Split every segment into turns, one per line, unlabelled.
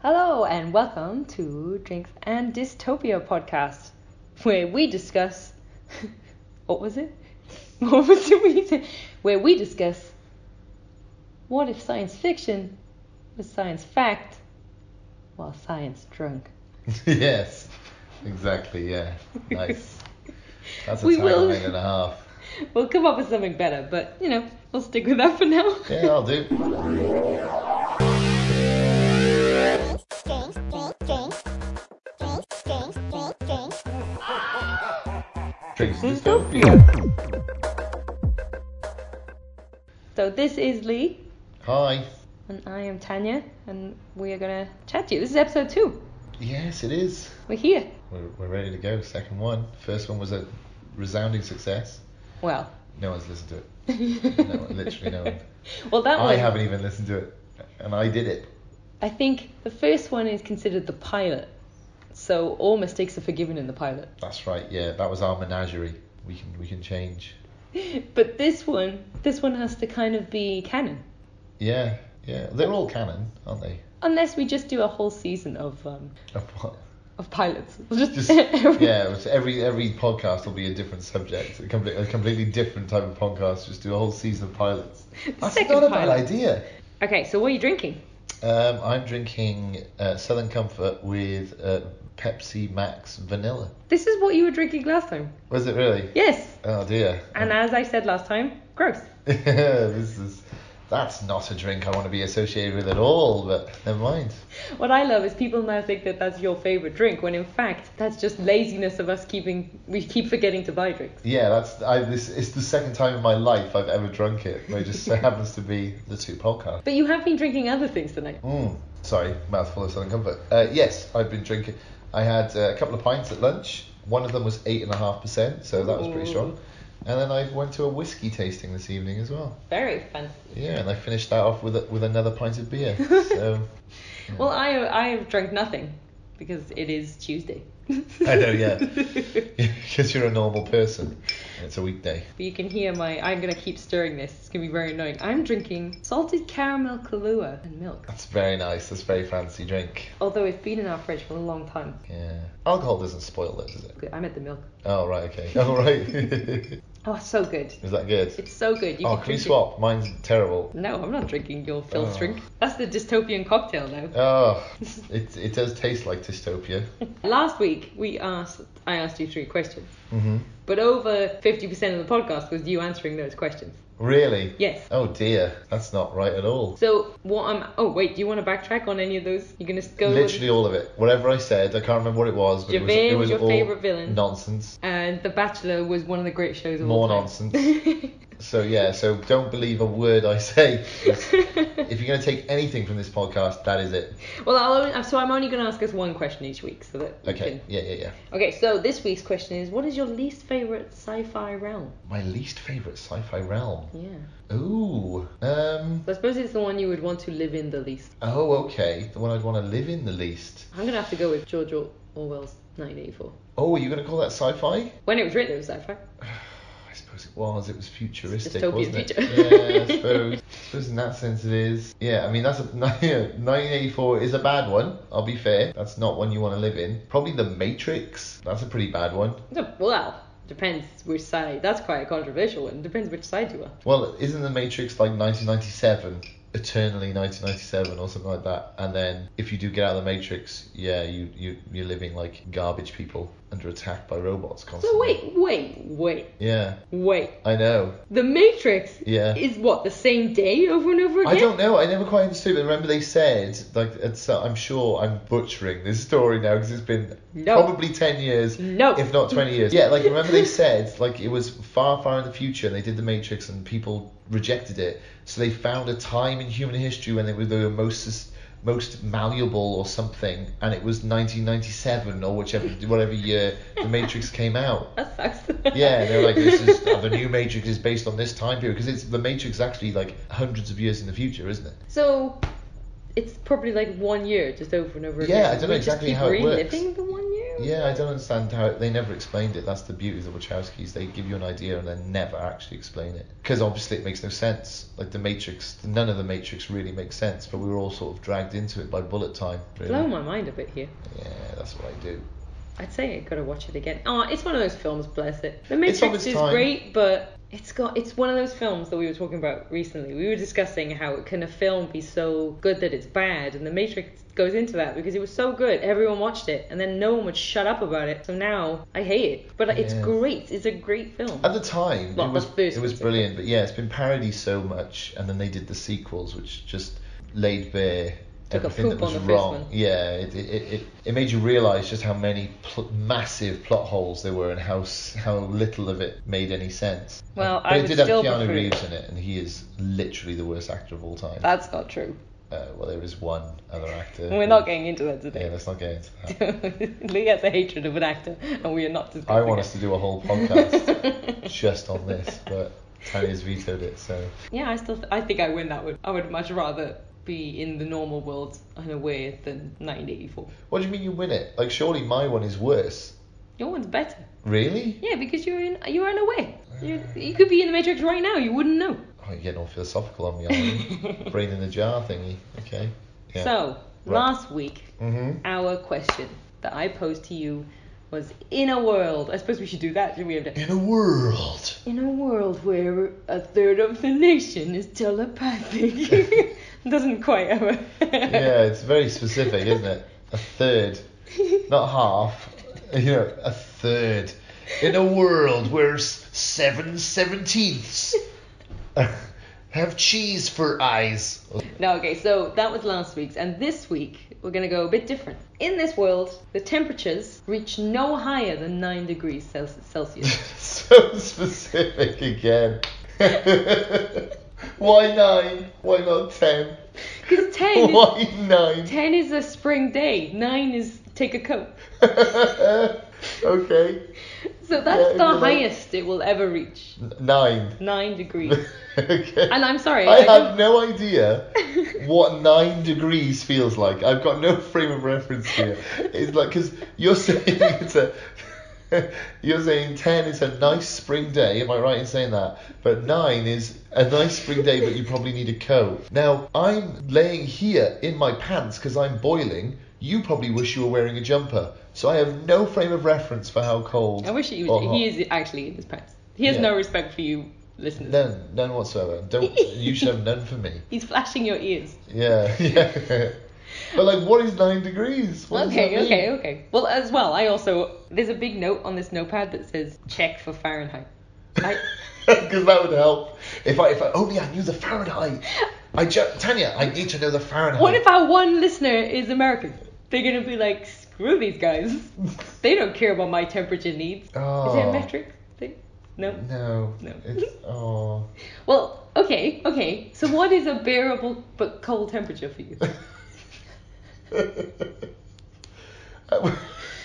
Hello, and welcome to Drinks and Dystopia podcast, where we discuss. what was it? What was it we said? Where we discuss what if science fiction was science fact while science drunk.
yes, exactly. Yeah, nice. That's a
We will-
tagline and a half.
We'll come up with something better, but you know, we'll stick with that for now.
Yeah, I'll do.
Drinks, drinks, drinks, drinks, drinks, drinks, drinks.
Drinks dystopia.
So, this is Lee,
Hi.
and I am Tanya, and we are gonna chat to you. This is episode two.
Yes, it is.
We're here.
We're, we're ready to go. Second one. First one was a resounding success.
Well,
No one's listened to it. No one, literally no one.
well, that
I
one.
haven't even listened to it, and I did it.
I think the first one is considered the pilot, so all mistakes are forgiven in the pilot.
That's right. Yeah, that was our menagerie. We can we can change.
But this one, this one has to kind of be canon,
Yeah, yeah. They're all canon, aren't they?
unless we just do a whole season of um,
Of what?
of pilots.
Just yeah, it was every every podcast will be a different subject, a, comple- a completely different type of podcast. Just do a whole season of pilots. That's
Second
not a
pilot.
bad idea.
Okay, so what are you drinking?
Um, I'm drinking uh, Southern Comfort with uh, Pepsi Max Vanilla.
This is what you were drinking last time.
Was it really?
Yes,
Oh dear.
and as I said last time, gross.
this is that's not a drink I want to be associated with at all. But never mind.
What I love is people now think that that's your favorite drink, when in fact that's just laziness of us keeping we keep forgetting to buy drinks.
Yeah, that's I, this. It's the second time in my life I've ever drunk it. But it just so happens to be the two podcasts.
But you have been drinking other things tonight.
Mm, sorry, mouthful of Southern Comfort. Uh, yes, I've been drinking. I had uh, a couple of pints at lunch. One of them was eight and a half percent, so that was pretty strong. And then I went to a whiskey tasting this evening as well.
Very fancy.
Yeah, and I finished that off with a, with another pint of beer. So
Well, I I have drank nothing because it is Tuesday.
I know, yeah, because you're a normal person. and It's a weekday.
But you can hear my. I'm gonna keep stirring this. It's gonna be very annoying. I'm drinking salted caramel Kahlua and milk.
That's very nice. That's a very fancy drink.
Although it's been in our fridge for a long time.
Yeah, alcohol doesn't spoil it, does it?
Good. I'm at the milk.
Oh right, okay. Oh right. Is
Oh, it's so good.
that good?
It's so good. You
Oh,
could
can we
drink it-
swap? Mine's terrible.
No, I'm not drinking your filth
Oh.
drink. That's the dystopian cocktail now.
Oh, it, it does taste like dystopia.
Last week we asked. I asked you three questions.
hmm
But over 50% of the podcast was you answering those questions.
Really?
Yes.
Oh dear, that's not right at all.
So what I'm oh wait, do you want to backtrack on any of those? You're gonna go with-
Literally all of it. Whatever I said, I can't remember what it was, but
Javert was
it was, it was
your
all
favourite villain.
nonsense.
and The Bachelor was one of the great shows of
More
all time.
nonsense. so yeah, so don't believe a word I say. That's- if you're going to take anything from this podcast, that is it.
well, I'll only, so I'm only gonna ask us one question each week, so that we
Okay.
can-
Yeah, yeah, yeah.
okay. So this week's question is, what is your least favorite sci-fi realm?
My least favorite sci-fi realm.
Yeah.
Ooh. Um.
So I suppose it's the one you would want to live in the least.
Oh, okay. The one I'd want to live in the least.
I'm gonna have to go with George Or- Orwell's 1984.
Oh, are you going to call that sci-fi?
When it was written, it was sci-fi.
I suppose it was. It was futuristic,
dystopian
wasn't it?
future.
Yeah, I suppose. I suppose in that sense it is. Yeah, I mean that's a, yeah, 1984 is a bad one. I'll be fair. That's not one you want to live in. Probably The Matrix. That's a pretty bad one.
So, well, depends which side. That's quite a controversial one. Depends which side you are.
Well, isn't The Matrix like 1997? Eternally 1997 or something like that. And then if you do get out of The Matrix, yeah, you you you're living like garbage people under attack by robots constantly.
So wait, wait, wait,
Yeah,
wait.
I know.
The Matrix
Yeah.
is what the same day over and over again.
I don't know. I never quite understood. But remember, they said like it's, uh, I'm sure I'm butchering this story now because it's been
No.
probably ten years,
No.
if not twenty years. Yeah, like remember they said like it was far, far in the future, and they did the Matrix, and people rejected it. So they found a time in human history when they were, they were most sus- most malleable or something, and it was 1997 or whichever whatever year the Matrix came out.
That sucks.
Yeah, they're like, this is oh, the new Matrix is based on this time period because it's the Matrix is actually like hundreds of years in the future, isn't it?
So it's probably like one year, just over and over
Yeah,
again.
I don't know
We just
exactly
keep
how it works.
reliving the one year. weird.
Yeah, I don't understand how they never explained it. That's the beauty of the Wachowskis. They give you an idea and then never actually explain it. Because obviously it makes no sense. Like the Matrix, none of the Matrix really makes sense, but we were all sort of dragged into it by bullet time. Really.
Blow my mind a bit here.
Yeah, that's what I do.
I'd say I gotta watch it again. Oh, it's one of those films. Bless it. The
It's of
Matrix
its
is
time.
great, but it's got it's one of those films that we were talking about recently. We were discussing how can a film be so good that it's bad, and The Matrix goes into that because it was so good, everyone watched it, and then no one would shut up about it. So now I hate it, but it's
Yeah.
great. It's a great film.
At the time,
Well,
it was
that's first
it was
one, so-
brilliant, but yeah, it's been parodied so much, and then they did the sequels, which just laid bare
Took a
everything that
poop on
was
the first
wrong.
one.
Yeah, it it, it, it it made you realise just how many pl- massive plot holes there were, and how s- how little of it made any sense.
Well,
but
I
it
would
did have
still
Keanu
prefer-
Reeves in it, and he is literally the worst actor of all time.
That's not true.
Uh, well, there is one other actor.
We're
who-
not getting into that
Yeah,
today.
let's not get into that.
Lee has a hatred of an actor, and we are not discussing
I want
it.
us to do a whole podcast just on this, but Tanya's vetoed it, so.
Yeah, I still th- I think I win that one. I would much rather be in the normal world unaware than 1984.
What do you mean you win it? Like, surely my one is worse.
Your one's better.
Really?
Yeah, because you're in you're unaware. You you could be in the Matrix right now. You wouldn't know.
Oh, you're getting all philosophical on me, aren't you? Brain in the jar thingy. Okay. Yeah.
So
Right.
last week,
hmm
our question that I posed to you was in a world. I suppose we should do that. Should we have done?
In a world.
In a world where a third of the nation is telepathic, doesn't quite. have a-
Yeah, it's very specific, isn't it? A third, not half. You know, a third. In a world where s- seven seventeenths have cheese for eyes.
No, okay, so that was last week's, and this week we're gonna go a bit different. In this world, the temperatures reach no higher than 9 degrees Cel- Celsius.
so specific again. Why nine? Why not ten?
Because 10, is-
Why nine?
10 is a spring day, 9 is take a coat.
okay.
So that's the
Yeah, you're right.
highest it will ever reach
N- Nine.
9 degrees.
okay.
And I'm sorry,
I
I don't-
have no idea what nine degrees feels like. I've got no frame of reference here. It's like because you're saying it's a, you're saying ten is a nice spring day. Am I right in saying that? But nine is a nice spring day, but you probably need a coat. Now I'm laying here in my pants because I'm boiling. You probably wish you were wearing a jumper. So I have no frame of reference for how cold.
I wish he,
or
was,
hot.
he is actually in his pants. He has
Oh. Yeah.
no respect for you listeners.
None, none whatsoever. Don't you should have none for me.
He's flashing your ears.
Yeah, yeah. but like, what is nine degrees? What does
okay,
that mean?
okay, okay. Well, as well, I also there's a big note on this notepad that says check for Fahrenheit. I,
Because that would help. If I, if I only I knew the Fahrenheit. I ju- Tanya, I need to know the Fahrenheit.
What if our one listener is American? They're gonna be like, screw these guys. They don't care about my temperature needs. Is
Oh,
it a metric thing? No.
No.
No.
It's, oh.
Well, okay, okay. So what is a bearable but cold temperature for you?
well,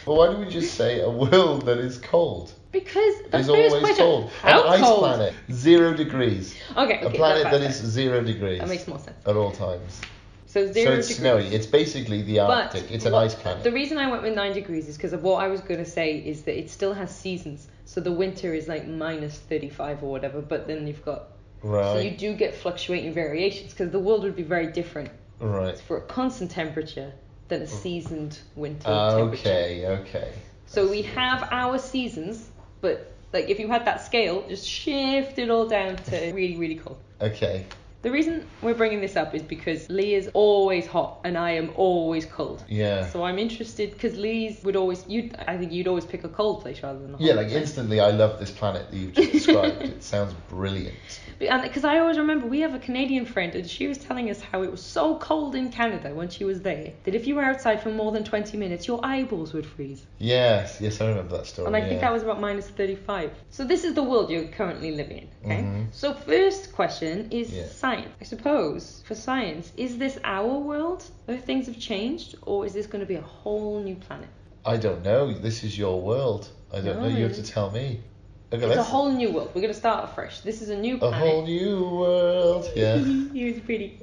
why do we just say a world that is cold?
Because that's
Is
the first
always
question.
cold. An
How
ice
cold?
planet, zero degrees.
Okay, okay.
a planet
that's
that
fair.
is zero degrees
That makes more sense.
at all times.
So zero
so it's
degrees.
snowy. It's basically the
But
Arctic. it's an
what-
ice planet.
The reason I went with nine degrees is because of what I was going to say is that it still has seasons. So the winter is like minus 35 or whatever, but then you've got. So you
Right.
do get fluctuating variations because the world would be very different
right.
for a constant temperature than a seasoned winter temperature.
Mm. Ah, Okay. Okay.
So we have our seasons, but like if you had that scale, just shift it all down to really, really cold.
Okay.
The reason we're bringing this up is because Lee is always hot and I am always cold.
Yeah.
So I'm interested because Lee's would always you. I think you'd always pick a cold place rather than a hot
Yeah. Like
place.
instantly, I love this planet that you've just described. it sounds brilliant.
and because I always remember we have a Canadian friend and she was telling us how it was so cold in Canada when she was there that if you were outside for more than 20 minutes your eyeballs would freeze.
Yes. Yes, I remember that story.
And I think
Oh, yeah.
that was about minus 35. So this is the world you're currently living in. Okay.
Mhm.
So first question is
Yeah.
science. I suppose for science, is this our world where things have changed, or is this going to be a whole new planet?
I don't know. This is your world. I don't know. You have to tell me. Okay.
It's a
let's-
whole new world. We're going to start afresh. This is a new
a
planet.
whole new world. Yeah.
he was pretty.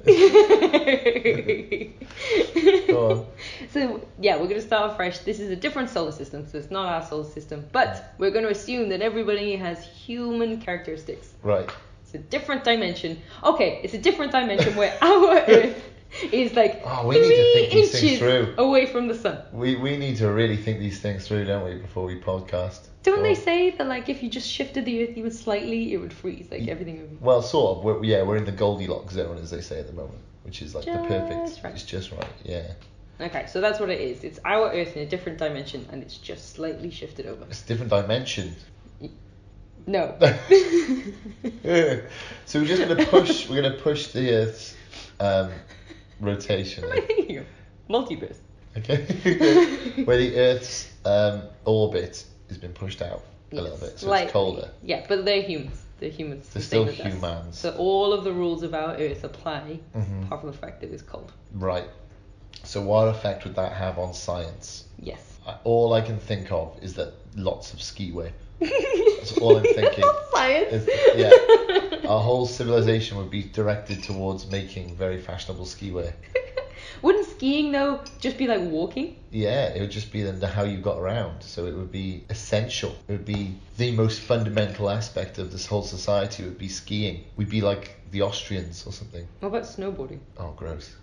Go on.
So yeah, we're gonna start fresh. This is a different solar system, so it's not our solar system, but we're gonna assume that everybody has human characteristics.
Right.
It's a different dimension. Okay, it's a different dimension where our Earth is like
Oh, we
three
need to think these things
inches
through.
away from the sun.
We we need to really think these things through, don't we, before we podcast?
Don't they
Well-
say that like if you just shifted the Earth even slightly, it would freeze, like
Ye-
everything would.
Well, sort of. We're, yeah, we're in the Goldilocks zone, as they say at the moment, which is like the
Just
perfect.
right.
It's just right. Yeah,
Okay, so that's what it is. It's our Earth in a different dimension, and it's just slightly shifted over.
it's a different dimension.
No.
so we're just gonna push. we're gonna push the Earth's um, rotation.
What am I thinking of? Multiverse.
Okay. Where the Earth's um, orbit has been pushed out a little
Yes,
bit, so
slightly.
it's colder.
Yeah, but they're humans. They're humans.
They're
the same
still
as us.
humans.
So all of the rules of our Earth apply,
Mhm.
apart from the fact that it's cold.
Right. So what effect would that have on science?
Yes.
I- All I can think of is that lots of skiway. That's all I'm thinking.
Science.
It's- yeah. Our whole civilization would be directed towards making very fashionable skiwear.
Wouldn't skiing though just be like walking?
Yeah, it would just be then how you got around. So it would be essential. It would be the most fundamental aspect of this whole society would be skiing. We'd be like the Austrians or something.
What about snowboarding?
Oh, gross.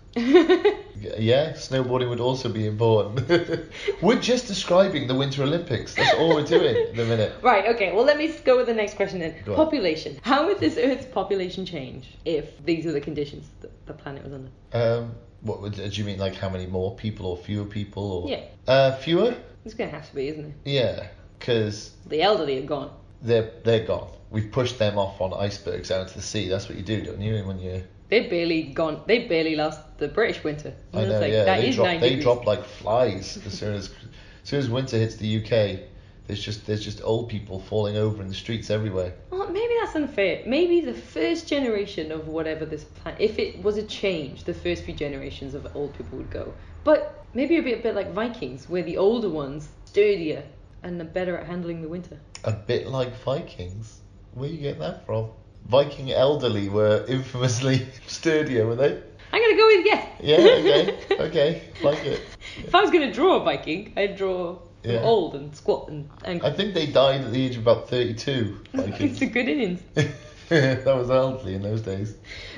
Y- Yeah, snowboarding would also be important. we're just describing the Winter Olympics. That's all we're doing at the minute.
Right, okay, well, let me go with the next question then.
Go on.
population. How would this Earth's population change if these are the conditions that the planet was under?
Um, what would, do you mean? Like how many more people or fewer people or?
Yeah,
Uh, fewer.
it's gonna have to be, isn't it?
Yeah, because
The elderly are gone.
they're they're gone. We've pushed them off on icebergs out into the sea. That's what you do, don't you? When you,
They barely gone. They barely last the British winter.
I
And it's
know,
like,
yeah,
that
they
is
drop
nine
they
degrees.
drop like flies as soon as as soon as winter hits the UK. There's just there's just old people falling over in the streets everywhere.
Well, maybe that's unfair. Maybe the first generation of whatever this planet, if it was a change, the first few generations of old people would go. But maybe it'd be a bit like Vikings, where the older ones sturdier and are better at handling the winter.
A bit like Vikings. Where you get that from? Viking elderly were infamously sturdier, were they?
I'm gonna go with yes.
Yeah, okay, okay, like it.
If I was gonna draw a Viking, I'd draw
Yeah.
old and squat and and
I think they died at the age of about 32.
it's
Vikings.
a good innings.
that was elderly in those days.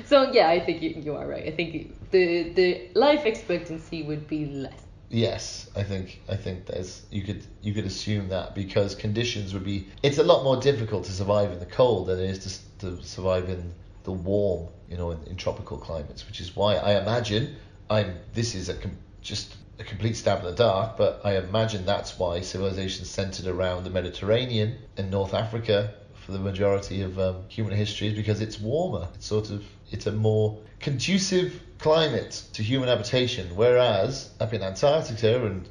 So yeah, I think you, you are right. I think the the life expectancy would be less.
Yes, I think I think there's you could you could assume that because conditions would be it's a lot more difficult to survive in the cold than it is to, s- to survive in the warm, you know, in, in tropical climates, which is why I imagine I'm this is a com- just a complete stab in the dark, but I imagine that's why civilizations centered around the Mediterranean and North Africa for the majority of um, human history is because it's warmer. It's sort of it's a more conducive climate to human habitation, whereas up in Antarctica and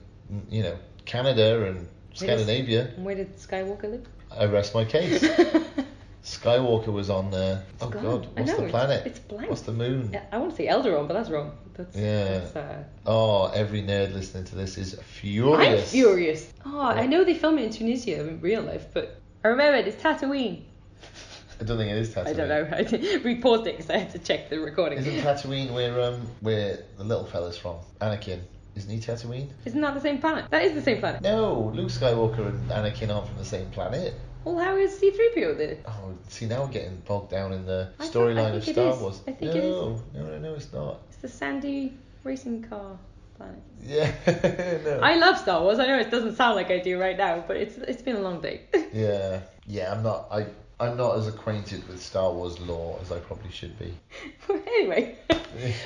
you know Canada and Scandinavia,
And where did Skywalker live?
I rest my case. Skywalker was on there. Oh
gone.
God,
I
what's
know,
the
it's-
planet?
it's blank.
What's the moon?
Yeah, I want to say Elderon, but that's wrong. That's,
Yeah.
that's, uh,
Oh, every nerd listening to this is
I'm
furious.
furious. Oh, I
Yeah.
know they film it in Tunisia in real life, but I remembered it's Tatooine.
I don't think it is Tatooine.
I don't know. I did- repaused it because I had to check the recording.
Isn't Tatooine where um where the little fella's from? Anakin. Isn't he Tatooine?
Isn't that the same planet? That is the same planet.
No, Luke Skywalker and Anakin aren't from the same planet.
Well, how is C3PO there?
Oh, see now we're getting bogged down in the
I thought- I
storyline of
think it
Star
is.
Wars.
I think
no,
it is.
no, no, no, it's not.
It's the sandy racing car planet.
Yeah, no.
I love Star Wars. I know it doesn't sound like I do right now, but it's it's been a long day.
Yeah, yeah. I'm not. I I'm not as acquainted with Star Wars lore as I probably should be.
anyway.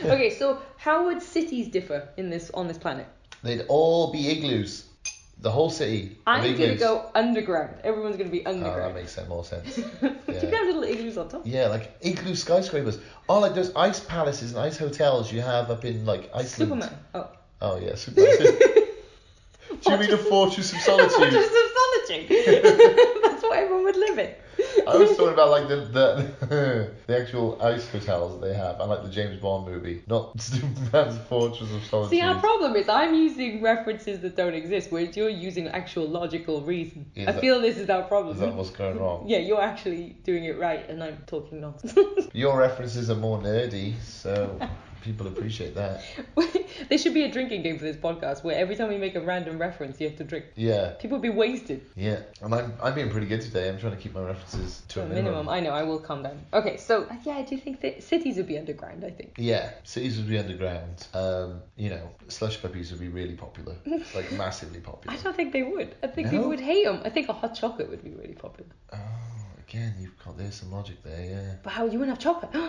okay, so how would cities differ in this on this planet?
They'd all be igloos. The whole city. of
I'm gonna
igloos.
go underground. Everyone's gonna be
Oh, that
underground.
makes sen- more sense.
you can have little igloos on top.
Yeah, like igloo skyscrapers. Oh, like those ice palaces and ice hotels you have up in like Iceland.
Superman. Oh.
Oh yeah, Superman. Do you mean a fortress of solitude?
Fortress of solitude. That's what everyone would live in.
I was talking about like the the, the actual ice hotels that they have, and like the James Bond movie, not Superman's Fortress of Solitude.
See, our problem is I'm using references that don't exist, whereas you're using actual logical reason.
Is
I
that-
feel this is our problem.
is that what's going wrong?
Yeah, you're actually doing it right, and I'm talking nonsense.
Your references are more nerdy, so People appreciate that.
there should be a drinking game for this podcast where every time we make a random reference, you have to drink.
Yeah,
People would be wasted.
yeah. And I'm, I'm being pretty good today. I'm trying to keep my references to
To
a
a minimum.
minimum.
I know, I will calm down. Okay, so uh, yeah, I do think that cities would be underground, I think.
Yeah, cities would be underground. Um, you know, slush puppies would be really popular, like massively
I
popular.
don't think they would. I think people
No?
would hate them. I think a hot chocolate would be really popular.
Oh, again, you've got there's some logic there. Yeah.
But how? You wouldn't have chocolate. you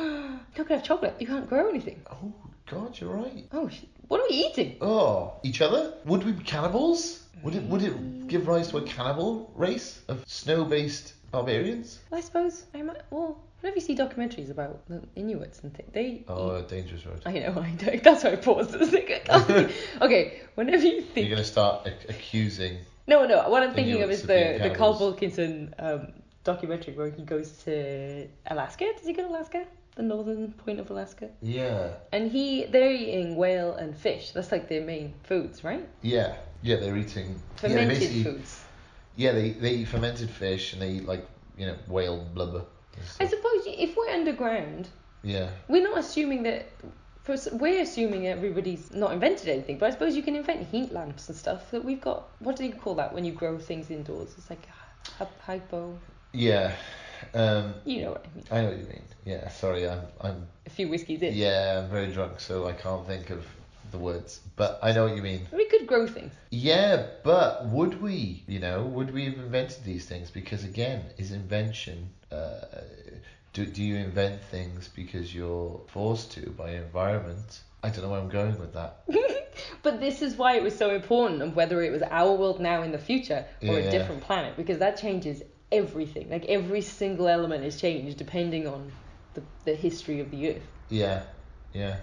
not gonna have chocolate. You can't grow anything.
Oh God, you're right.
Oh, sh- what are we eating?
Oh, each other? Would we be cannibals? Would it would it give rise to a cannibal race of snow-based barbarians?
I suppose I might. Well, whenever you see documentaries about the Inuits and things, they.
Oh,
eat-
a dangerous road.
I know. I don't. That's why I paused. I was like, I can't- okay, whenever you
You're
think.
gonna start ac- accusing.
No, no. What I'm thinking of
Inuits
is
of
the
being
the Carl
cannibals.
Wilkinson um, documentary where he goes to Alaska. Does he go to Alaska? The northern point of Alaska.
Yeah.
And he, they're eating whale and fish. That's like their main foods, right?
Yeah. Yeah, they're eating. yeah, they
Fermented
basically-
foods.
Yeah, they they eat fermented fish and they eat like you know whale blubber. and
I
stuff.
suppose if we're underground,
Yeah.
we're not assuming that. For, s- we're assuming everybody's not invented anything, but I suppose you can invent heat lamps and stuff that we've got. What do you call that when you grow things indoors? It's like a hypo.
Yeah. Um,
You know what I mean.
I know what you mean. Yeah. Sorry, I'm I'm
A few whiskeys in.
yeah I'm very drunk, so I can't think of the words, but I know what you mean.
We could grow things.
Yeah, but would we? You know, would we have invented these things? Because again, is invention? Uh, do do you invent things because you're forced to by your environment? I don't know where I'm going with that.
But this is why it was so important of whether it was our world now in the future or a
Yeah.
different planet, because that changes everything. Like every single element is changed depending on the, the history of the Earth.
Yeah, yeah.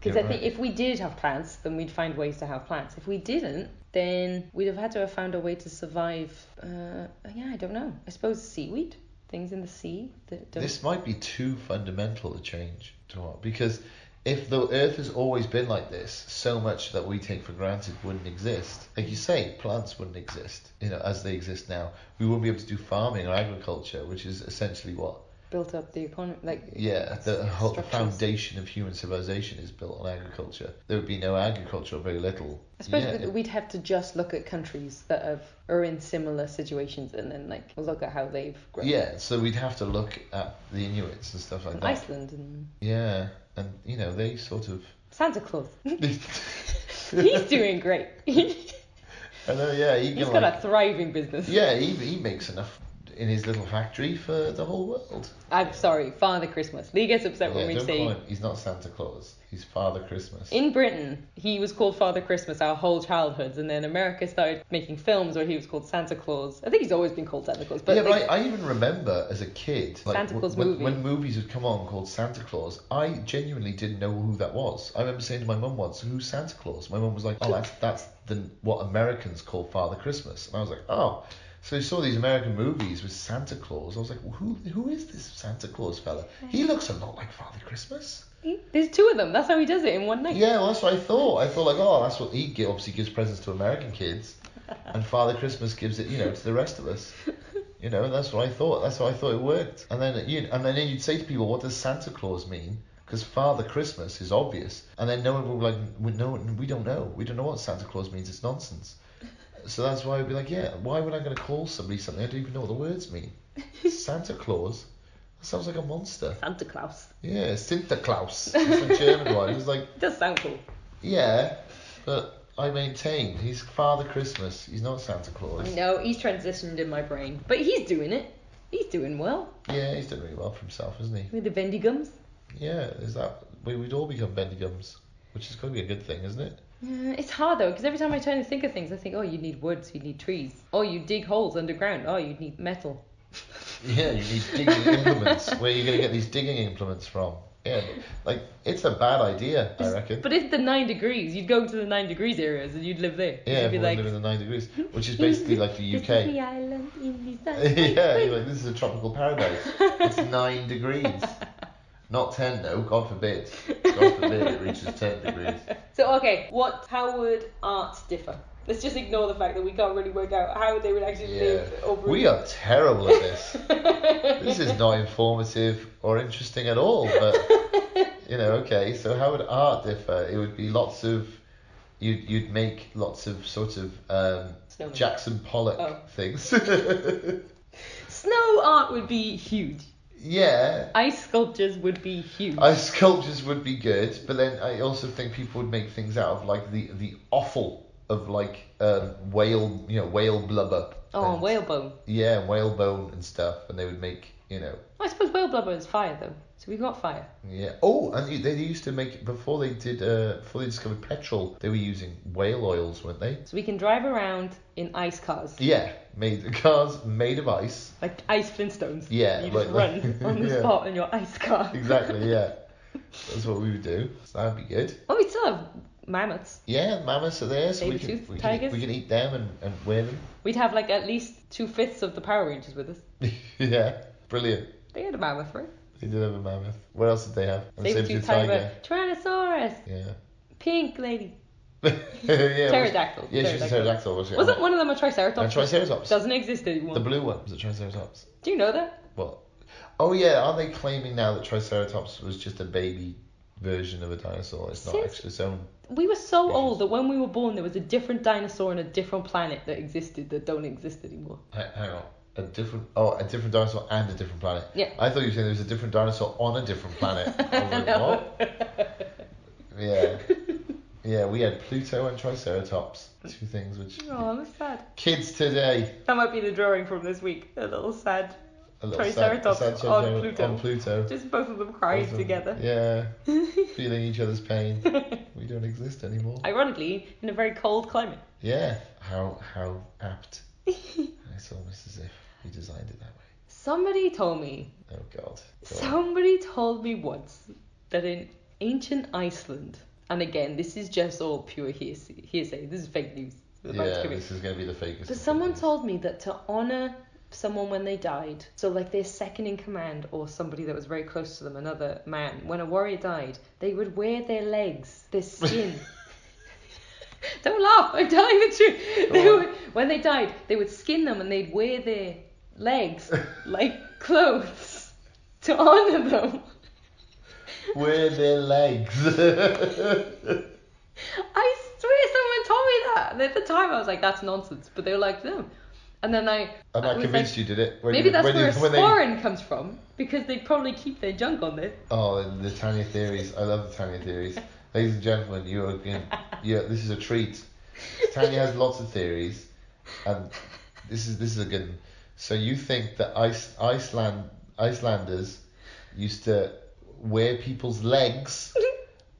Because
You're
I think
right.
if we did have plants, then we'd find ways to have plants. If we didn't, then we'd have had to have found a way to survive. Uh, yeah, I don't know. I suppose seaweed, things in the sea that don't.
this might be too fundamental a change to what because if the Earth has always been like this, so much that we take for granted wouldn't exist. Like you say, plants wouldn't exist, you know, as they exist now. We wouldn't be able to do farming or agriculture, which is essentially what
built up the economy, like
Yeah, the whole the
structures.
foundation of human civilization is built on agriculture. There would be no agriculture, or very little.
I suppose
Yeah,
we'd- we'd have to just look at countries that have are in similar situations and then like look at how they've grown.
yeah, so we'd have to look at the Inuits and stuff like
And
that.
Iceland and
Yeah, and you know they sort of.
Santa Claus.
I
He's doing great. He's
know. Yeah, he can,
got
like-
a thriving business.
yeah, he he makes enough in his little factory for the whole world.
I'm sorry, Father Christmas. Lee gets upset
yeah,
when we
don't
say
call him. He's not Santa Claus. He's Father Christmas.
in Britain he was called Father Christmas our whole childhoods, and then America started making films where he was called Santa Claus. I think he's always been called Santa Claus, but
yeah,
like,
but I, I even remember as a kid, like
Santa
w-
Claus
when,
movie.
when movies would come on called Santa Claus, I genuinely didn't know who that was. I remember saying to my mum once, "Who's Santa Claus?" My mum was like, "Oh, that's that's the what Americans call Father Christmas," and I was like, "Oh." So I saw these American movies with Santa Claus. I was like, "Who who is this Santa Claus fella? He looks a lot like Father Christmas."
there's two of them. That's how he does it in one night.
Yeah, well, that's what I thought. I thought like, "Oh, that's what he gi- obviously gives presents to American kids." and Father Christmas gives it, you know, to the rest of us. You know, that's what I thought. That's what I thought it worked. And then you, and then you'd say to people, "What does Santa Claus mean?" Because Father Christmas is obvious, and then no one will like, we, "No, one- we don't know. We don't know what Santa Claus means. It's nonsense." So that's why I'd be like, "Yeah, why would I going to call somebody something I don't even know what the words mean?" Santa Claus. That sounds like a monster.
Santa Claus.
Yeah, Sinterklaas. It's a German one. It's like,
It does sound cool.
yeah, but I maintain he's Father Christmas. He's not Santa Claus.
No, he's transitioned in my brain, but he's doing it. He's doing well
Yeah, he's done really well for himself, hasn't he?
with the Vendigums.
Yeah, is that we, we'd all become Bendigums, which is going to be a good thing, isn't it?
Uh, it's hard though, because every time I try to think of things, I think, oh, you need woods, you need trees, oh, you dig holes underground, oh, you need metal.
Yeah, you need digging implements. Where are you going to get these digging implements from? Yeah, like it's a bad idea, I reckon.
But it's the nine degrees. You'd go to the nine degrees areas and you'd live there.
yeah,
you'd be
everyone
like,
living in the nine degrees, which is basically like the
this
UK.
is the island in the sun.
yeah, you're like this is a tropical paradise. It's nine degrees, not ten though. God forbid. God forbid it reaches ten degrees.
So okay, what? How would art differ? Let's just ignore the fact that we can't really work out how they would actually
Yeah,
live or breathe.
we are terrible at this. this is not informative or interesting at all. But you know, okay, so how would art differ? It would be lots of, you'd, you'd make lots of sort of um,
Snowmen.
Jackson Pollock
Oh.
things.
Snow art would be huge.
yeah.
Ice sculptures would be huge.
Ice sculptures would be good, but then I also think people would make things out of like the, the offal of like um, whale, you know, whale blubber.
oh,
and-
whalebone.
Yeah, whale bone and stuff, and they would make, you know,
I suppose whale blubber is fire though, so we've got fire.
Yeah. Oh, and you- they used to make before they did uh, before they discovered petrol, they were using whale oils, weren't they?
So we can drive around in ice cars,
Yeah, made cars made of ice.
like ice Flintstones.
Yeah,
you just
like- like-
run on the
yeah.
spot in your ice car.
Exactly. Yeah, that's what we would do. So that'd be good.
Oh, we still have mammoths.
Yeah, mammoths are there, so we can,
Saber-toothed
we, can
tigers?
eat, we can eat them and, and wear them.
We'd have like at least two fifths of the Power Rangers with us.
yeah, brilliant.
They had a mammoth, right?
They did have a mammoth. What else did they have? And a
Saber-tooth
saber-toothed
tiger, Tyrannosaurus,
Yeah.
pink lady,
yeah.
pterodactyl.
Yeah, she's a pterodactyl. Was she?
Wasn't one of them a triceratops?
And triceratops.
Doesn't exist anymore.
The blue one was a triceratops.
Do you know that?
Well, oh yeah, are they claiming now that Triceratops was just a baby version of a dinosaur? It's not
Since-
actually its own.
We were so
Yes.
old that when we were born, there was a different dinosaur on a different planet that existed that don't exist anymore.
Hang hang on. A different, oh, a different dinosaur and a different planet.
Yeah.
I thought you were saying there was a different dinosaur on a different planet. I was like,
No.
what? Yeah. Yeah, we had Pluto and Triceratops. Two things which.
Oh, that's sad.
Kids today.
That might be the drawing from this week. A little sad.
A little sad-
Triceratops
sad show
on
on
Pluto.
On Pluto.
Just both of them crying
Awesome.
together.
Yeah. Feeling each other's pain. We don't exist anymore.
Ironically, in a very cold climate.
Yeah. How how apt. it's almost as if we designed it that way.
Somebody told me,
Oh god. Go on.
somebody told me once that in ancient Iceland, and again, this is just all pure hearsay, hearsay. this is fake news. It's about to
yeah,
come in.
this is gonna be the fakest.
But
of
someone
fakest.
told me that to honor someone when they died, so like their second in command or somebody that was very close to them, another man, when a warrior died, they would wear their legs, their skin. Don't laugh, I'm telling the truth. They
Go on.
would, when they died, they would skin them and they'd wear their legs like clothes to honor them.
Where their legs.
I swear someone told me that. And at the time I was like, that's nonsense. But they were like, no. And then I. I
I'm not
was
convinced
like,
you did it. When
Maybe
you,
that's
when
where a
you, when they-
sporin comes from, because they probably keep their junk on there.
Oh, the Tanya theories. I love the Tanya theories. Ladies and gentlemen, you are being, yeah, this is a treat. Tanya has lots of theories, and this is this is a good. One. So you think that Ice, Iceland Icelanders used to wear people's legs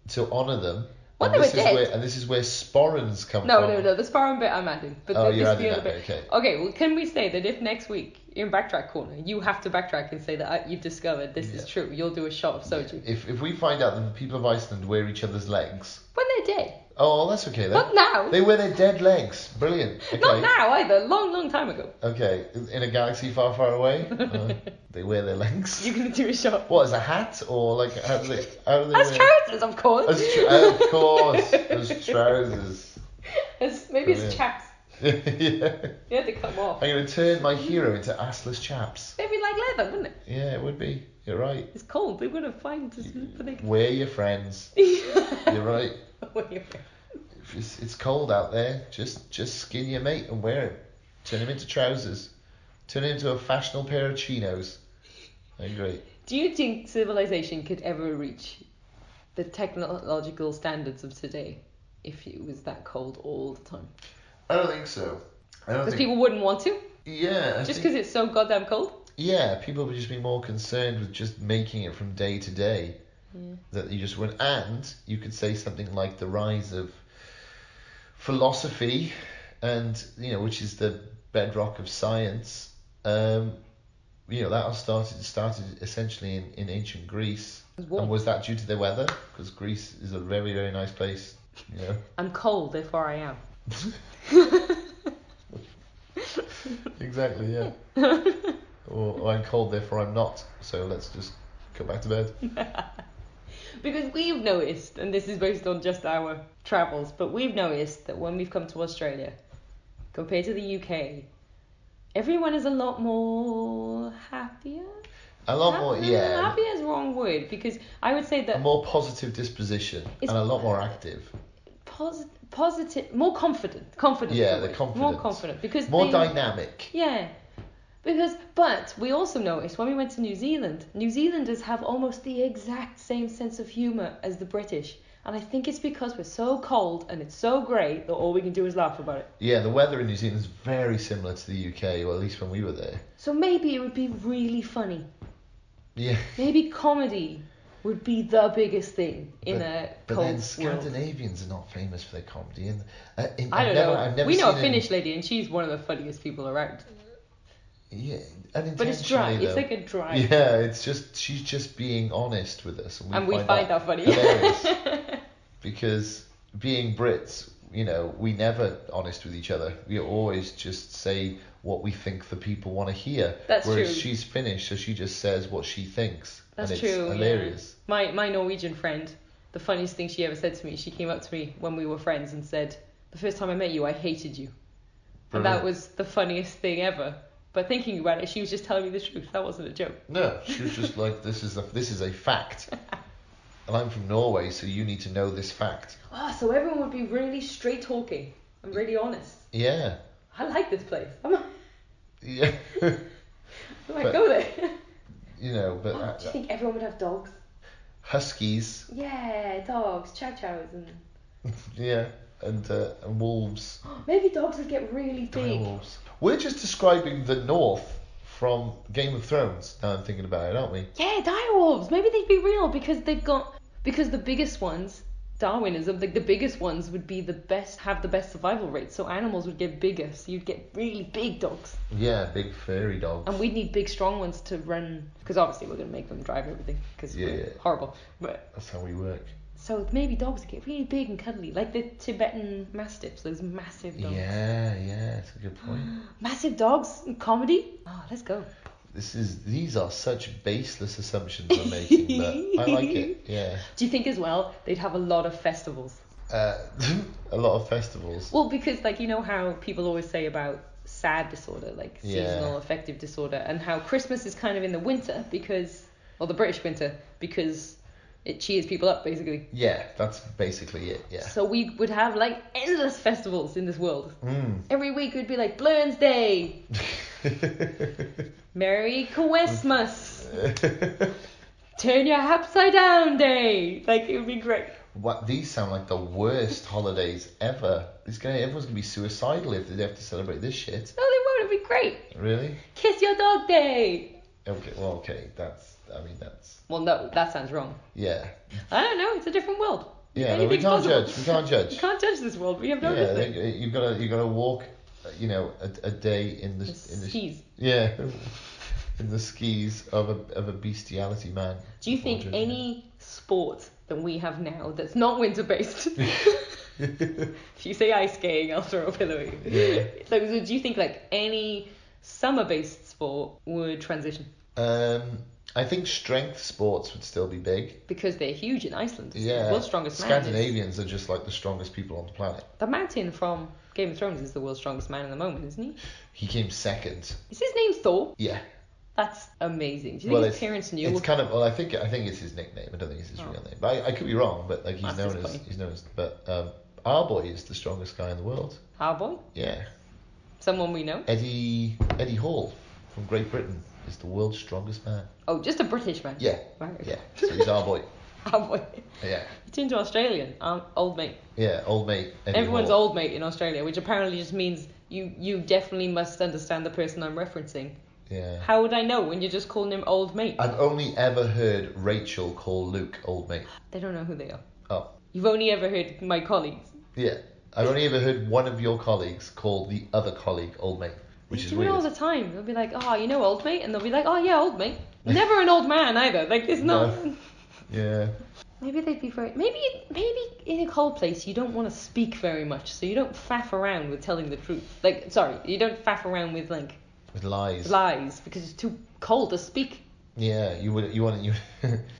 to honor them?
Well,
and
they were
this is
dead.
where and this is where sporins come
No,
from.
no, no, the sparring bit I'm adding. But
Oh,
the,
you're
this is the
adding
other bit.
that bit, okay.
Okay, well, can we say that if next week in Backtrack Corner you have to backtrack and say that uh, you've discovered this is
Yeah.
true, you'll do a shot of soju.
If if we find out that the people of Iceland wear each other's legs,
When they're dead.
oh, that's okay then.
Not now.
They wear their dead legs. Brilliant. Okay.
Not now either, long, long time ago.
Okay, in a galaxy far, far away, uh, they wear their legs.
You're going to do a shot.
What is a hat or like how do they? How do they
As
wear-
trousers, of course.
As tr- uh, of course, as trousers.
As- maybe it's
Brilliant.
chaps.
yeah.
You had to cut them off.
I'm gonna turn my hero into assless chaps.
They'd be like leather, wouldn't it?
Yeah, it would be. You're right.
It's cold. They wouldn't find just but they
Wear your friends. You're right. If it's, it's cold out there, just just skin your mate and wear him. Turn him into trousers. Turn him into a fashionable pair of chinos. I agree.
Do you think civilization could ever reach the technological standards of today if it was that cold all the time?
I don't think so. I don't
Because
think.
people wouldn't want to,
yeah. I
just
think-
because it's so goddamn cold.
Yeah, people would just be more concerned with just making it from day to day. That you just went, and you could say something like the rise of philosophy, and you know, which is the bedrock of science. Um, you know, that all started started essentially in, in ancient Greece,
It's warm.
and was that due to the weather? Because Greece is a very very nice place. You know,
I'm cold, therefore I am.
exactly, yeah. or, or I'm cold, therefore I'm not. So let's just go back to bed.
Because we've noticed, and this is based on just our travels, but we've noticed that when we've come to Australia, compared to the UK, everyone is a lot more happier.
A lot more,
Happy-
yeah.
Happy is the wrong word because I would say
A
that
more positive disposition
It's-
and a lot more active.
pos- positive, more confident, confident.
Yeah,
the
the
word. More
confidence.
confident because
More
they-
dynamic.
Yeah. Because, but we also noticed when we went to New Zealand, New Zealanders have almost the exact same sense of humour as the British. And I think it's because we're so cold and it's so grey that all we can do is laugh about it.
Yeah, the weather in New Zealand is very similar to the UK, or at least when we were there.
So maybe it would be really funny.
Yeah.
Maybe comedy would be the biggest thing in
But-
a
But
cold
then
world.
Scandinavians are not famous for their comedy, and uh, in,
I don't
I've never,
know.
I've never
we know
seen
a
it-
Finnish lady and she's one of the funniest people around.
yeah, unintentionally.
But it's dry. It's
though.
like a dry.
Yeah, it's just she's just being honest with us, and we
and we
find,
find that funny.
hilarious because being Brits, you know, we never honest with each other. We always just say what we think the people want to hear.
That's
Whereas
true.
she's Finnish, so she just says what she thinks,
That's
and it's
true, yeah.
hilarious.
My my Norwegian friend, the funniest thing she ever said to me, she came up to me when we were friends and said, "The first time I met you, I hated you," and that
Brilliant.
was the funniest thing ever. But thinking about it, she was just telling me the truth. That wasn't a joke.
No, she was just like, "This is a this is a fact," and I'm from Norway, so you need to know this fact.
Ah, so everyone would be really straight talking and really honest.
Yeah,
I like this place. I'm, I
yeah,
might
But-
go there.
you know. But
Oh,
uh,
do you think everyone would have dogs?
huskies,
Yeah, dogs, chow chows, and
yeah, and uh, and wolves,
maybe dogs would get really big.
direwolves. We're just describing the North from Game of Thrones. Now I'm thinking about it, aren't we?
Yeah, direwolves. Maybe they'd be real because they've got because the biggest ones, Darwinism, like the biggest ones would be the best, have the best survival rates. So animals would get bigger, so you'd get really big dogs,
Yeah, big furry dogs.
and we'd need big, strong ones to run because obviously we're gonna make them drive everything because
Yeah.
we're horrible. But
That's how we work.
so maybe dogs get really big and cuddly, like the Tibetan mastiffs, those massive dogs.
Yeah, yeah, it's a good point.
Massive dogs in comedy. Oh, let's go.
this is these are such baseless assumptions we're making, but I like it. Yeah,
Do you think as well they'd have a lot of festivals?
uh, a lot of festivals.
Well, because like you know how people always say about sad disorder, like
Yeah.
seasonal affective disorder, and how Christmas is kind of in the winter because, or the British winter because it cheers people up basically.
Yeah, that's basically it. Yeah.
So we would have like endless festivals in this world.
Mm.
Every week would be like Blurns Day, Merry Christmas, Turn Your Upside Down Day. Like it would be great.
what these sound like the worst holidays ever. It's gonna everyone's gonna be suicidal if they have to celebrate this shit.
No, they won't. It'd be great.
Really?
Kiss Your Dog Day.
Okay. Well, okay. That's. I mean, that's.
Well, no, that sounds wrong.
Yeah.
I don't know. It's a different world.
Yeah. No, we
Anything's possible.
can't judge. We can't
You
judge.
can't judge this world. We have no
yeah.
business.
they- You've got to. You've got to walk. uh, You know, a, a day in the, in the
Skis.
yeah, in the skis of a of a bestiality man.
Do you think
Before judging.
any sport that we have now that's not winter based? if you say ice skating, I'll throw a pillow at you.
Yeah.
So, so do you think like any summer based sport would transition
Um, I think strength sports would still be big.
because they're huge in Iceland? It's the
Yeah.
world's strongest man. is-
Scandinavians are just like the strongest people on the planet.
The mountain from Game of Thrones is the world's strongest man in the moment, isn't he?
He came second.
Is his name Thor?
Yeah.
That's amazing. Do you
Well,
think his
it's-
parents knew?
It's kind of well, I think I think it's his nickname. I don't think it's his
Oh.
real name. But I, I could be wrong, but like he's
That's
known
his
as
point.
he's known as. But um, our boy is the strongest guy in the world.
Our boy,
Yeah,
someone we know.
Eddie Eddie Hall from Great Britain is the world's strongest man.
Oh, just a British man.
Yeah,
Right.
yeah. So he's our boy.
Our boy.
Yeah,
He turned to Australian, um, old mate.
yeah. Old mate. Eddie
Everyone's
Hall.
old mate in Australia, which apparently just means you you definitely must understand the person I'm referencing.
Yeah.
How would I know when you're just calling him old mate?
I've only ever heard Rachel call Luke old mate.
They don't know who they are.
Oh,
You've only ever heard my colleagues.
yeah. I've only ever heard one of your colleagues call the other colleague old mate, which
you
is
do
weird.
it all the time. They'll be like, oh, you know old mate, and they'll be like, oh yeah, old mate. Never an old man either. Like it's not.
No. Yeah.
Maybe they'd be very. Maybe maybe in a cold place you don't want to speak very much, so you don't faff around with telling the truth. Like sorry, you don't faff around with like
With lies.
lies because it's too cold to speak.
Yeah, you would. You want to. You,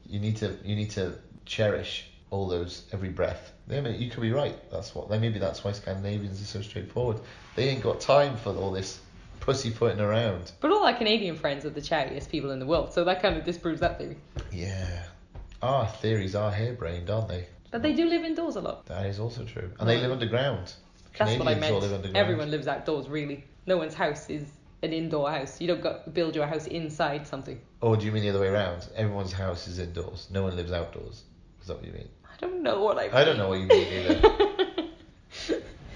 you need to. You need to cherish all those every breath. Yeah, mate, you could be right. That's what. Maybe that's why Scandinavians are so straightforward. They ain't got time for all this pussyfooting around.
But all our Canadian friends are the chattiest people in the world, so that kind of disproves that theory.
Yeah. Our theories are harebrained, aren't they?
But they do live indoors a lot.
That is also true. And they live underground.
That's what I
Canadians all live
meant.
underground.
Everyone lives outdoors, really. No one's house is an indoor house. You don't go, build your house inside something.
Or do you mean the other way around? Everyone's house is indoors. No one lives outdoors. Is that what you mean?
I don't know what I mean.
I don't know what you mean either.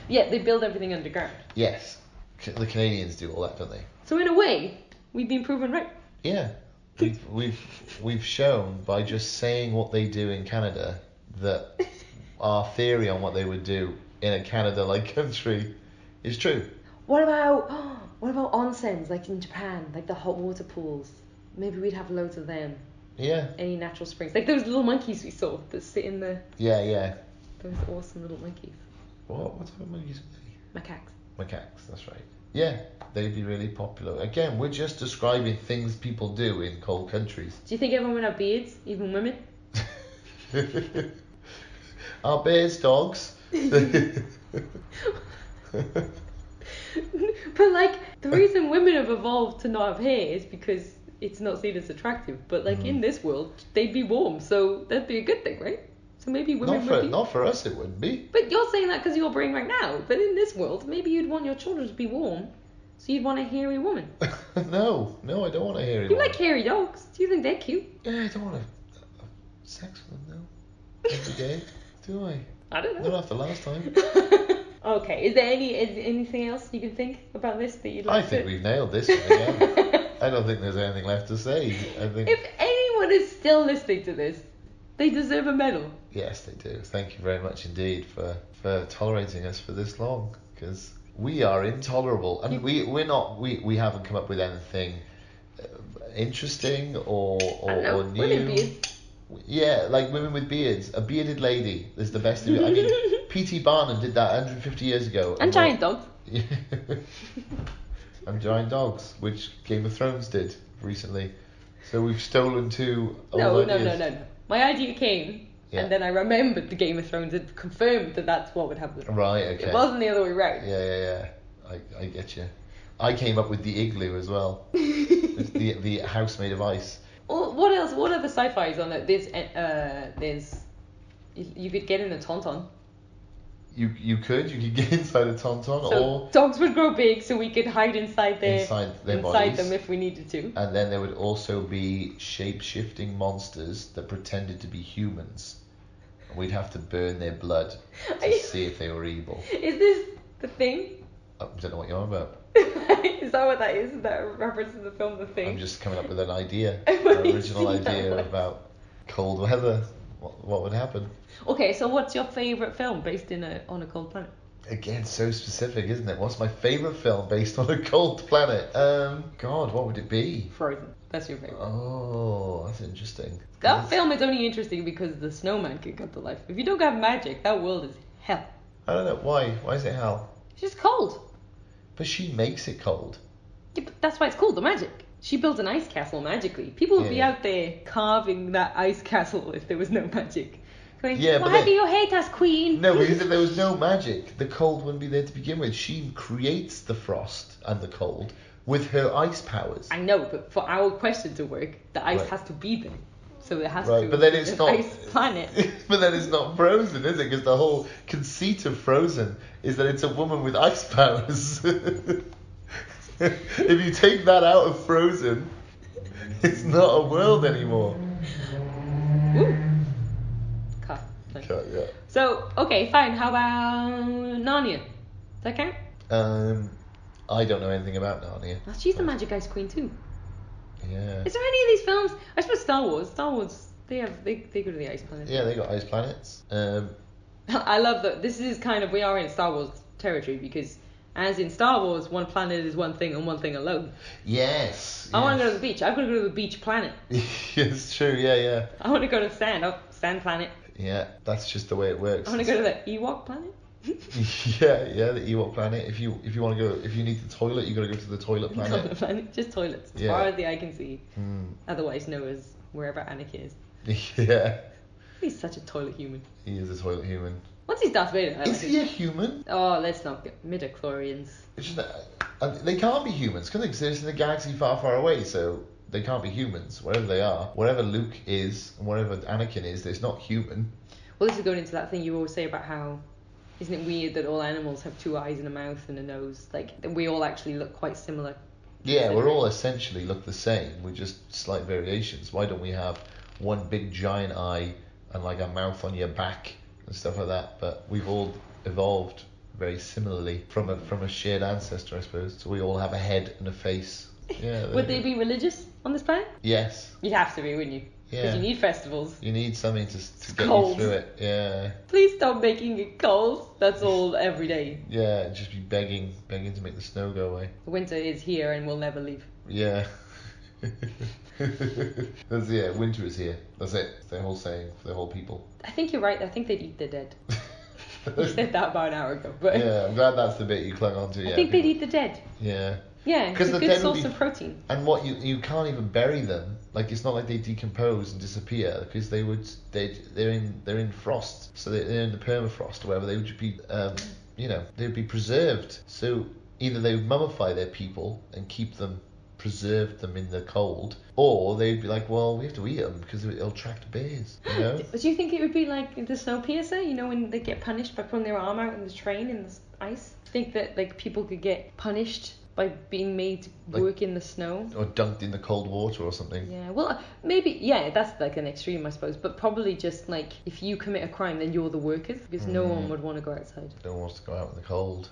yeah, they build everything underground.
yes. C- The Canadians do all that, don't they?
So in a way, we've been proven right.
Yeah. We've, we've, we've shown by just saying what they do in Canada that our theory on what they would do in a Canada like country is true.
What about what about onsens like in Japan, like the hot water pools? Maybe we'd have loads of them.
Yeah.
Any natural springs, like those little monkeys we saw that sit in the
Yeah, yeah.
those awesome little monkeys,
What, what type of monkeys are they?
macaques.
Macaques, that's right. Yeah, they'd be really popular. Again, we're just describing things people do in cold countries.
Do you think everyone would have beards, even women?
Our bears, dogs.
but like the reason women have evolved to not have hair is because it's not seen as attractive. But like
Mm.
in this world, they'd be warm, so that'd be a good thing, right? So maybe women
not
would
for
be.
not for us, it wouldn't be.
But you're saying that because you're brain right now. But in this world, maybe you'd want your children to be warm, so you'd want a hairy woman.
no, no, I don't want to hear it.
You like hairy dogs? Do you think they're cute?
Yeah, I don't want to have sex with them no. every day, do I?
I don't
Not
know.
after last time.
okay. Is there any is anything else you can think about this that you'd
I
like
think
to?
we've nailed this one again. I don't think there's anything left to say. I think
if anyone is still listening to this, they deserve a medal.
Yes, they do. Thank you very much indeed for, for tolerating us for this long because we are intolerable. I mean, we, we're not, we, we haven't come up with anything uh, interesting or, or,
I don't know.
or new.
Women beards.
Yeah, like women with beards. A bearded lady is the best. I mean, P.T. Barnum did that 150 years ago.
And giant dogs.
and giant dogs, which Game of Thrones did recently. So we've stolen two old
No, no,
ideas.
no, no, no. My idea came,
Yeah.
and then I remembered the Game of Thrones had confirmed that that's what would happen.
Right, okay.
It wasn't the other way around.
Yeah, yeah, yeah. I, I get you. I came up with the igloo as well. It's the the house made of ice.
Well, what else? What other sci-fi is on there? There's, uh, there's, you, you could get in a tauntaun.
You you could you could get inside a tauntaun
So
or
dogs would grow big, so we could hide inside their
Inside their
inside
bodies.
them if we needed to.
and then there would also be shape shifting monsters that pretended to be humans. And we'd have to burn their blood to see if they were evil.
Is this the thing?
I don't know what you're on about.
is that what that is? Is that a reference to the film The Thing?
I'm just coming up with an idea,
I've
an
already
original
seen that
idea
one.
about cold weather. What, what would happen?
Okay, so what's your favorite film based in a on a cold planet?
Again, so specific, isn't it? What's my favourite film based on a cold planet? Um, God, what would it be?
Frozen. That's your favorite.
Oh, that's interesting.
That film is only interesting because the snowman can come to life. If you don't have magic, that world is hell.
I don't know why. Why is it hell?
It's just cold.
But she makes it cold.
Yeah, but that's why it's called the magic. She built an ice castle magically. People would be
Yeah.
out there carving that ice castle if there was no magic. Going,
Yeah, but
why
they-
do you hate us, queen?
No, because if there was no magic, the cold wouldn't be there to begin with. She creates the frost and the cold with her ice powers.
I know, but for our question to work, the ice
Right.
has to be there. So it has
Right,
to
but then it's
an
not-
ice planet.
but then it's not Frozen, is it? Because the whole conceit of Frozen is that it's a woman with ice powers. if you take that out of Frozen, it's not a world anymore.
Ooh. Cut.
Okay, yeah.
So, okay, fine. How about Narnia? Does that count?
Um, I don't know anything about Narnia.
Well, she's the magic ice queen too.
Yeah.
Is there any of these films? I suppose Star Wars. Star Wars. They have. They, they go to the ice planet.
Yeah, they got ice planets. Um,
I love that. This is kind of we are in Star Wars territory because, as in Star Wars, one planet is one thing and one thing alone.
yes.
I want to go
yes.
to the beach. I've got to go to the beach planet.
it's true. Yeah, yeah,
I want to go to sand. Oh, sand planet.
yeah. That's just the way it works.
I want to go to the Ewok planet.
yeah, yeah. The Ewok planet. If you if you want to go, if you need the toilet, you got to go to the toilet planet.
Not the planet, Just toilets, as
Yeah.
far as the eye can see.
Mm.
Otherwise known as wherever Anakin is.
Yeah,
He's such a toilet human.
he is a toilet human.
Once he's Darth Vader, I like
Is
it.
he a human?
Oh, let's not get midichlorians.
It's just that- And they can't be humans, can they? Because they're just in a galaxy far, far away, so they can't be humans, wherever they are. Whatever Luke is, and whatever Anakin is, it's not human.
Well, this is going into that thing you always say about how, isn't it weird that all animals have two eyes and a mouth and a nose? Like, that we all actually look quite similar.
Yeah, we're all essentially look the same. We're just slight variations. Why don't we have one big giant eye and like a mouth on your back and stuff like that? But we've all evolved very similarly from a from a shared ancestor, I suppose. So we all have a head and a face. Yeah. there
Would
you
they
go.
be religious on this planet?
Yes.
You'd have to be, wouldn't you? Because
Yeah.
you need festivals.
You need something to, to get
cold.
you through it. Yeah.
Please stop making it cold. That's all every day.
Yeah. and Just be begging, begging to make the snow go away.
Winter is here and we'll never leave.
Yeah. That's yeah. Winter is here. That's it. It's their whole saying for the whole people.
I think you're right. I think they'd eat the dead. You said that about an hour ago, but
yeah. I'm glad that's the bit you clung on to. Yeah.
I think they'd eat the dead.
Yeah.
Yeah, it's
'Cause
a
the
good
dead would
source
be-
of protein.
And what you you can't even bury them. Like it's not like they decompose and disappear because they would they they're in they're in frost, so they, they're in the permafrost or whatever. They would be um, you know they would be preserved. So either they would mummify their people and keep them preserved them in the cold, or they'd be like, well, we have to eat them because it'll attract bears. You know?
Do you think it would be like the snow piercer? You know, when they get punished by pulling their arm out in the train in the s- ice. Think that like people could get punished by being made to
Like-
work in the snow.
or dunked in the cold water or something.
Yeah, well, uh, maybe yeah, that's like an extreme, I suppose. But probably just like if you commit a crime, then you're the workers because no one
Mm.
would want to go outside.
No one wants to go out in the cold.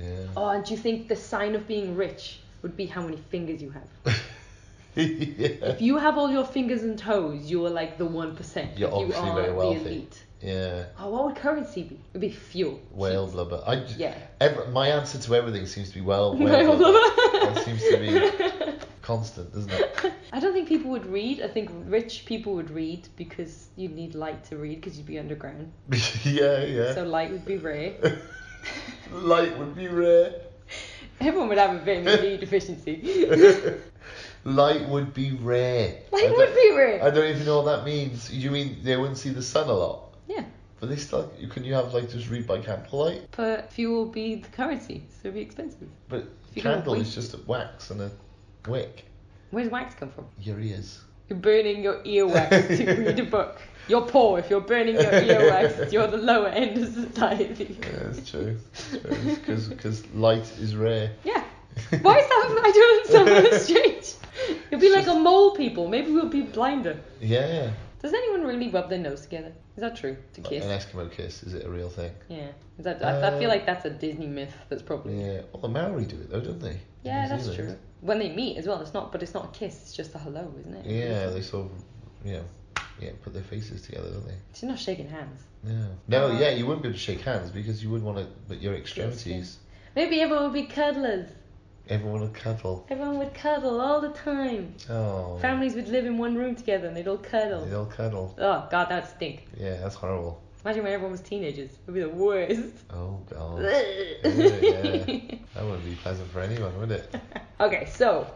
Yeah.
Oh, and do you think the sign of being rich would be how many fingers you have?
yeah.
If you have all your fingers and toes, you are like the one percent.
You're
you
obviously
are
very wealthy.
The elite.
Yeah.
Oh, what would currency be? It'd be fuel.
Whale blubber. I j-
Yeah.
Ever, my answer to everything seems to be well.
Whale
well
blubber.
that seems to be constant, doesn't it?
I don't think people would read. I think rich people would read because you'd need light to read because you'd be underground.
yeah, yeah.
So light would be rare.
Light would be rare.
Everyone would have a vitamin D deficiency.
Light would be rare. I
Light
don't-
would be rare.
I don't even know what that means. You mean they wouldn't see the sun a lot?
Yeah.
But they still, you can you have like just read by candlelight?
But fuel would be the currency, so it'd be expensive.
But
If you don't
candle
wait-
is just a wax and a wick.
Where's wax come from?
Your ears.
You're burning your earwax to read a book. You're poor if you're burning your earwax. You're the lower end of society.
Yeah, that's true. Because light is rare.
Yeah. Why is that? I don't understand what's strange. You'll be like a mole people. Maybe we'll be blinder.
Yeah.
Does anyone really rub their nose together? Is that true? To
Like
kiss?
An Eskimo kiss, is it a real thing?
Yeah. Is that? I, I feel like that's a Disney myth. That's probably.
Uh, Yeah. Well, the Maori do it though, don't they? In
Yeah,
New
that's
Zealand.
true. When they meet as well, it's not. But it's not a kiss. It's just a hello, isn't it?
Yeah, they sort of, you know, yeah, put their faces together, don't they?
She's not shaking hands.
Yeah. No,
Uh,
yeah, you wouldn't be able to shake hands because you would want to, but your extremities,
Maybe everyone would be cuddlers.
everyone would cuddle.
Everyone would cuddle all the time.
Oh.
Families would live in one room together and they'd all cuddle.
They'll cuddle.
Oh god, that would stink.
Yeah, that's horrible.
Imagine when everyone was teenagers. It would be the worst.
Oh god.
Ugh.
That wouldn't be pleasant for anyone, would it?
okay, so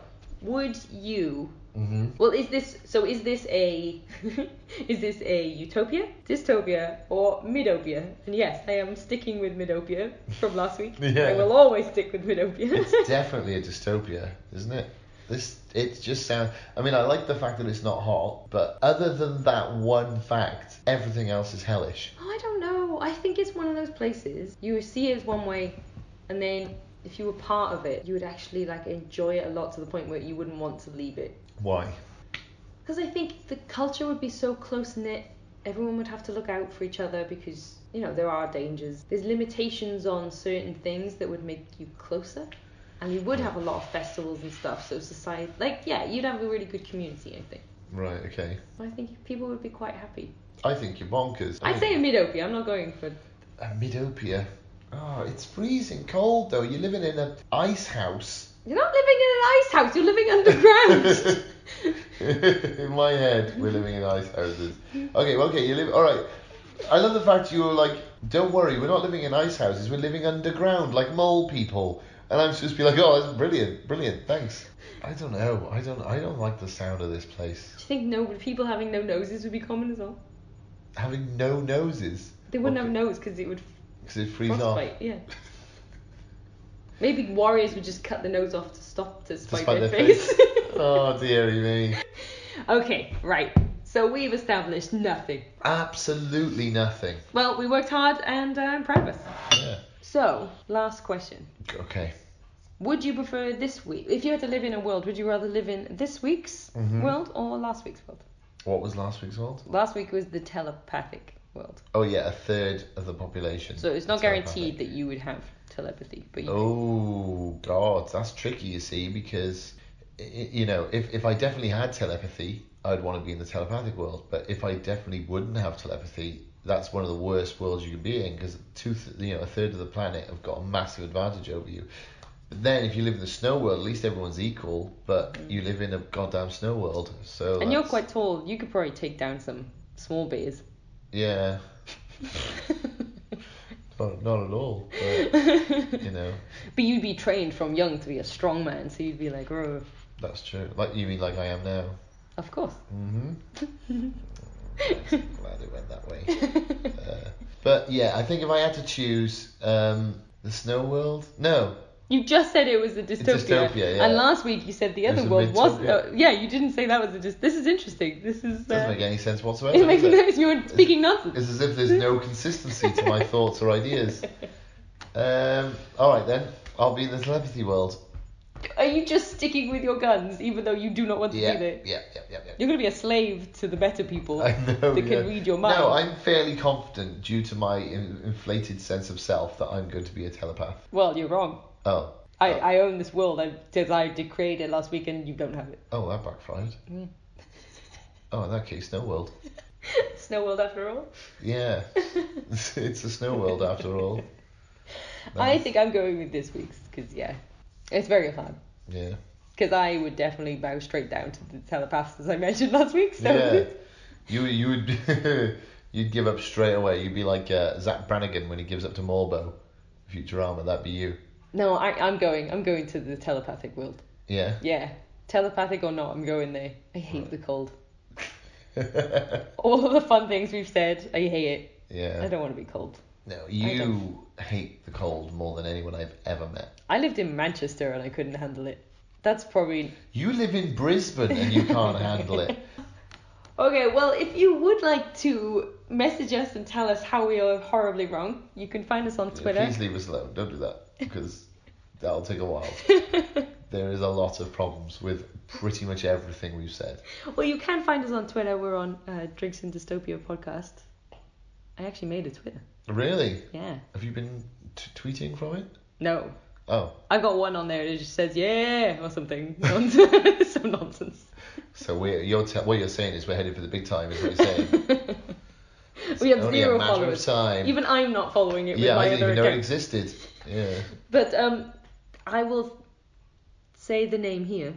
would you
Mm-hmm.
well is this so is this a is this a utopia, dystopia, or midopia? And yes, I am sticking with midopia from last week.
Yeah.
I will always stick with midopia.
it's definitely a dystopia, isn't it? This it just sounds. I mean, I like the fact that it's not hot, but other than that one fact, everything else is hellish.
Oh, I don't know. I think it's one of those places you see it one way, and then if you were part of it, you would actually like enjoy it a lot to the point where you wouldn't want to leave it.
Why?
Because I think the culture would be so close knit. Everyone would have to look out for each other because you know there are dangers. There's limitations on certain things that would make you closer, and you would have a lot of festivals and stuff. So society, like yeah, you'd have a really good community. I think.
Right. Okay.
So I think people would be quite happy.
I think you're bonkers.
I'd say a midopia. I'm not going for
a midopia. Oh, it's freezing cold though. You're living in an ice house.
You're not living in an ice house, you're living underground.
in my head, we're living in ice houses. Okay. well, Okay. You live. All right. I love the fact you were like, "Don't worry, we're not living in ice houses. We're living underground, like mole people." And I'm supposed to be like, "Oh, that's brilliant, brilliant, thanks." I don't know. I don't. I don't like the sound of this place.
Do you think no people having no noses would be common as well?
Having no noses
They wouldn't have nose because it would
because it freezes off.
frostbite. Yeah. Maybe warriors would just cut the nose off to stop to spite
spite
their,
their
face.
Oh dearie me.
okay, right. So we've established nothing.
Absolutely nothing.
Well, we worked hard and uh, I'm proud of us.
Yeah.
So, last question.
Okay.
Would you prefer this week, if you had to live in a world, would you rather live in this week's
Mhm.
world or last week's world?
What was last week's world?
Last week was the telepathic world.
Oh yeah, a third of the population.
So it's not
Telepathic.
guaranteed that you would have telepathy, but you
Oh God, that's tricky. You see, because i- i- you know, if if I definitely had telepathy, I'd want to be in the telepathic world. But if I definitely wouldn't have telepathy, that's one of the worst worlds you can be in because two, th- you know, a third of the planet have got a massive advantage over you. But then, if you live in the snow world, at least everyone's equal. But you live in a goddamn snow world, so
Mm. and you're
that's-
quite tall. You could probably take down some small bears.
yeah, not, not at all. But, you know,
But you'd be trained from young to be a strong man, so you'd be like, oh,
that's true. Like you mean like I am now.
of course.
Mm-hmm. glad it went that way. Uh, but yeah, I think if I had to choose um, the snow world, no,
You just said it was a dystopia,
dystopia, yeah.
and last week you said the
It
other
was a
world was.
midtopia.
Uh, yeah, you didn't say that was a dystopia. This is interesting. This is.
doesn't
Uh,
make any sense whatsoever.
it makes
does it?
no. You're speaking nonsense.
It's as if there's no consistency to my thoughts or ideas. Um, all right then, I'll be in the telepathy world.
Are you just sticking with your guns, even though you do not want to
Yeah,
be
yeah,
there?
yeah, yeah, yeah.
You're gonna be a slave to the better people.
I know.
They can
yeah.
read your mind.
No, I'm fairly confident due to my in- inflated sense of self that I'm going to be a telepath.
Well, you're wrong.
Oh,
I, I own this world. I desired to create it last week, and you don't have it.
oh, that backfired.
Mm.
Oh, in that case, no world.
Snow world after all.
Yeah, it's a snow world after all.
I think I'm going with this week's because yeah, it's very hard.
Yeah.
Because I would definitely bow straight down to the telepaths as I mentioned last week. So
Yeah. You you would you'd give up straight away. You'd be like uh, Zach Brannigan when he gives up to Morbo, Futurama. That'd be you.
no, I, I'm going. I'm going to the telepathic world.
Yeah.
Yeah, telepathic or not, I'm going there. I hate the cold. All of the fun things we've said, I hate it. I
yeah.
don't want to be cold.
No, you hate the cold more than anyone I've ever met.
I lived in Manchester and I couldn't handle it. That's probably
You live in Brisbane and you can't handle it.
Okay, well, if you would like to message us and tell us how we are horribly wrong, you can find us on Twitter.
Please leave us alone. Don't do that because that'll take a while. there is a lot of problems with pretty much everything we've said.
Well, you can find us on Twitter. We're on uh, Drinks and Dystopia podcast. I actually made a Twitter.
Really?
Yeah.
Have you been t- tweeting from it?
No.
Oh,
I got one on there and it just says, yeah, or something. Nonsense. Some nonsense.
so we're you're te- what you're saying is we're headed for the big time, is what you're saying.
we have
Only
zero
a matter
followers.
of time.
Even I'm not following it with
yeah,
my
I didn't
other
even know it
account.
existed. Yeah.
But um, I will say the name here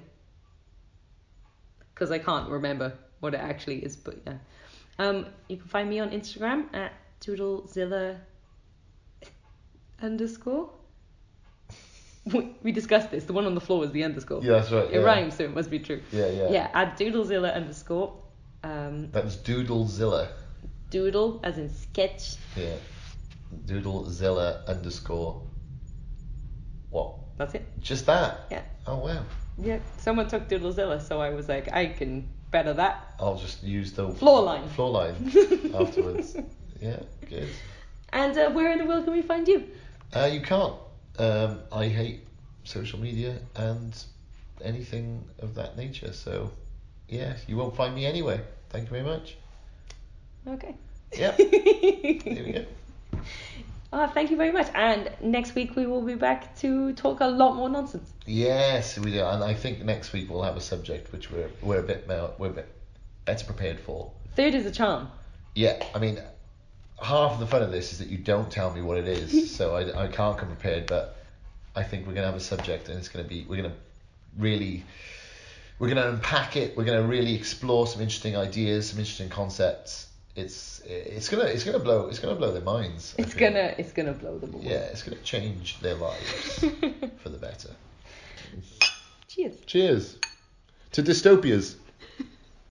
because I can't remember what it actually is. But yeah, um, you can find me on Instagram at doodlezilla underscore. We, we discussed this. The one on the floor was the underscore.
Yeah, that's right.
It
yeah.
rhymes, so it must be true.
Yeah, yeah.
Yeah, at doodlezilla underscore. Um,
That's Doodlezilla.
doodle as in sketch.
Yeah. Doodlezilla underscore. What?
That's it.
Just that?
Yeah.
Oh wow.
Yeah. Someone took doodlezilla, so I was like, I can better that.
I'll just use the
Floor line.
Floor line afterwards. Yeah, good.
And uh, where in the world can we find you?
Uh, you can't. Um, I hate social media and anything of that nature. So, yeah, you won't find me anywhere. Thank you very much.
Okay.
Yep. there we go.
Ah, thank you very much. And next week we will be back to talk a lot more nonsense.
Yes, we do. And I think next week we'll have a subject which we're we're a bit more, we're a bit better prepared for.
Third is a charm.
Yeah, I mean, half of the fun of this is that you don't tell me what it is, so I, I can't come prepared. But I think we're gonna have a subject, and it's gonna be we're gonna really we're gonna unpack it. We're gonna really explore some interesting ideas, some interesting concepts. It's it's gonna it's gonna blow it's gonna blow their minds. I
It's
feel.
gonna it's gonna blow them away.
yeah, it's gonna change their lives for the better.
Cheers.
Cheers to dystopias.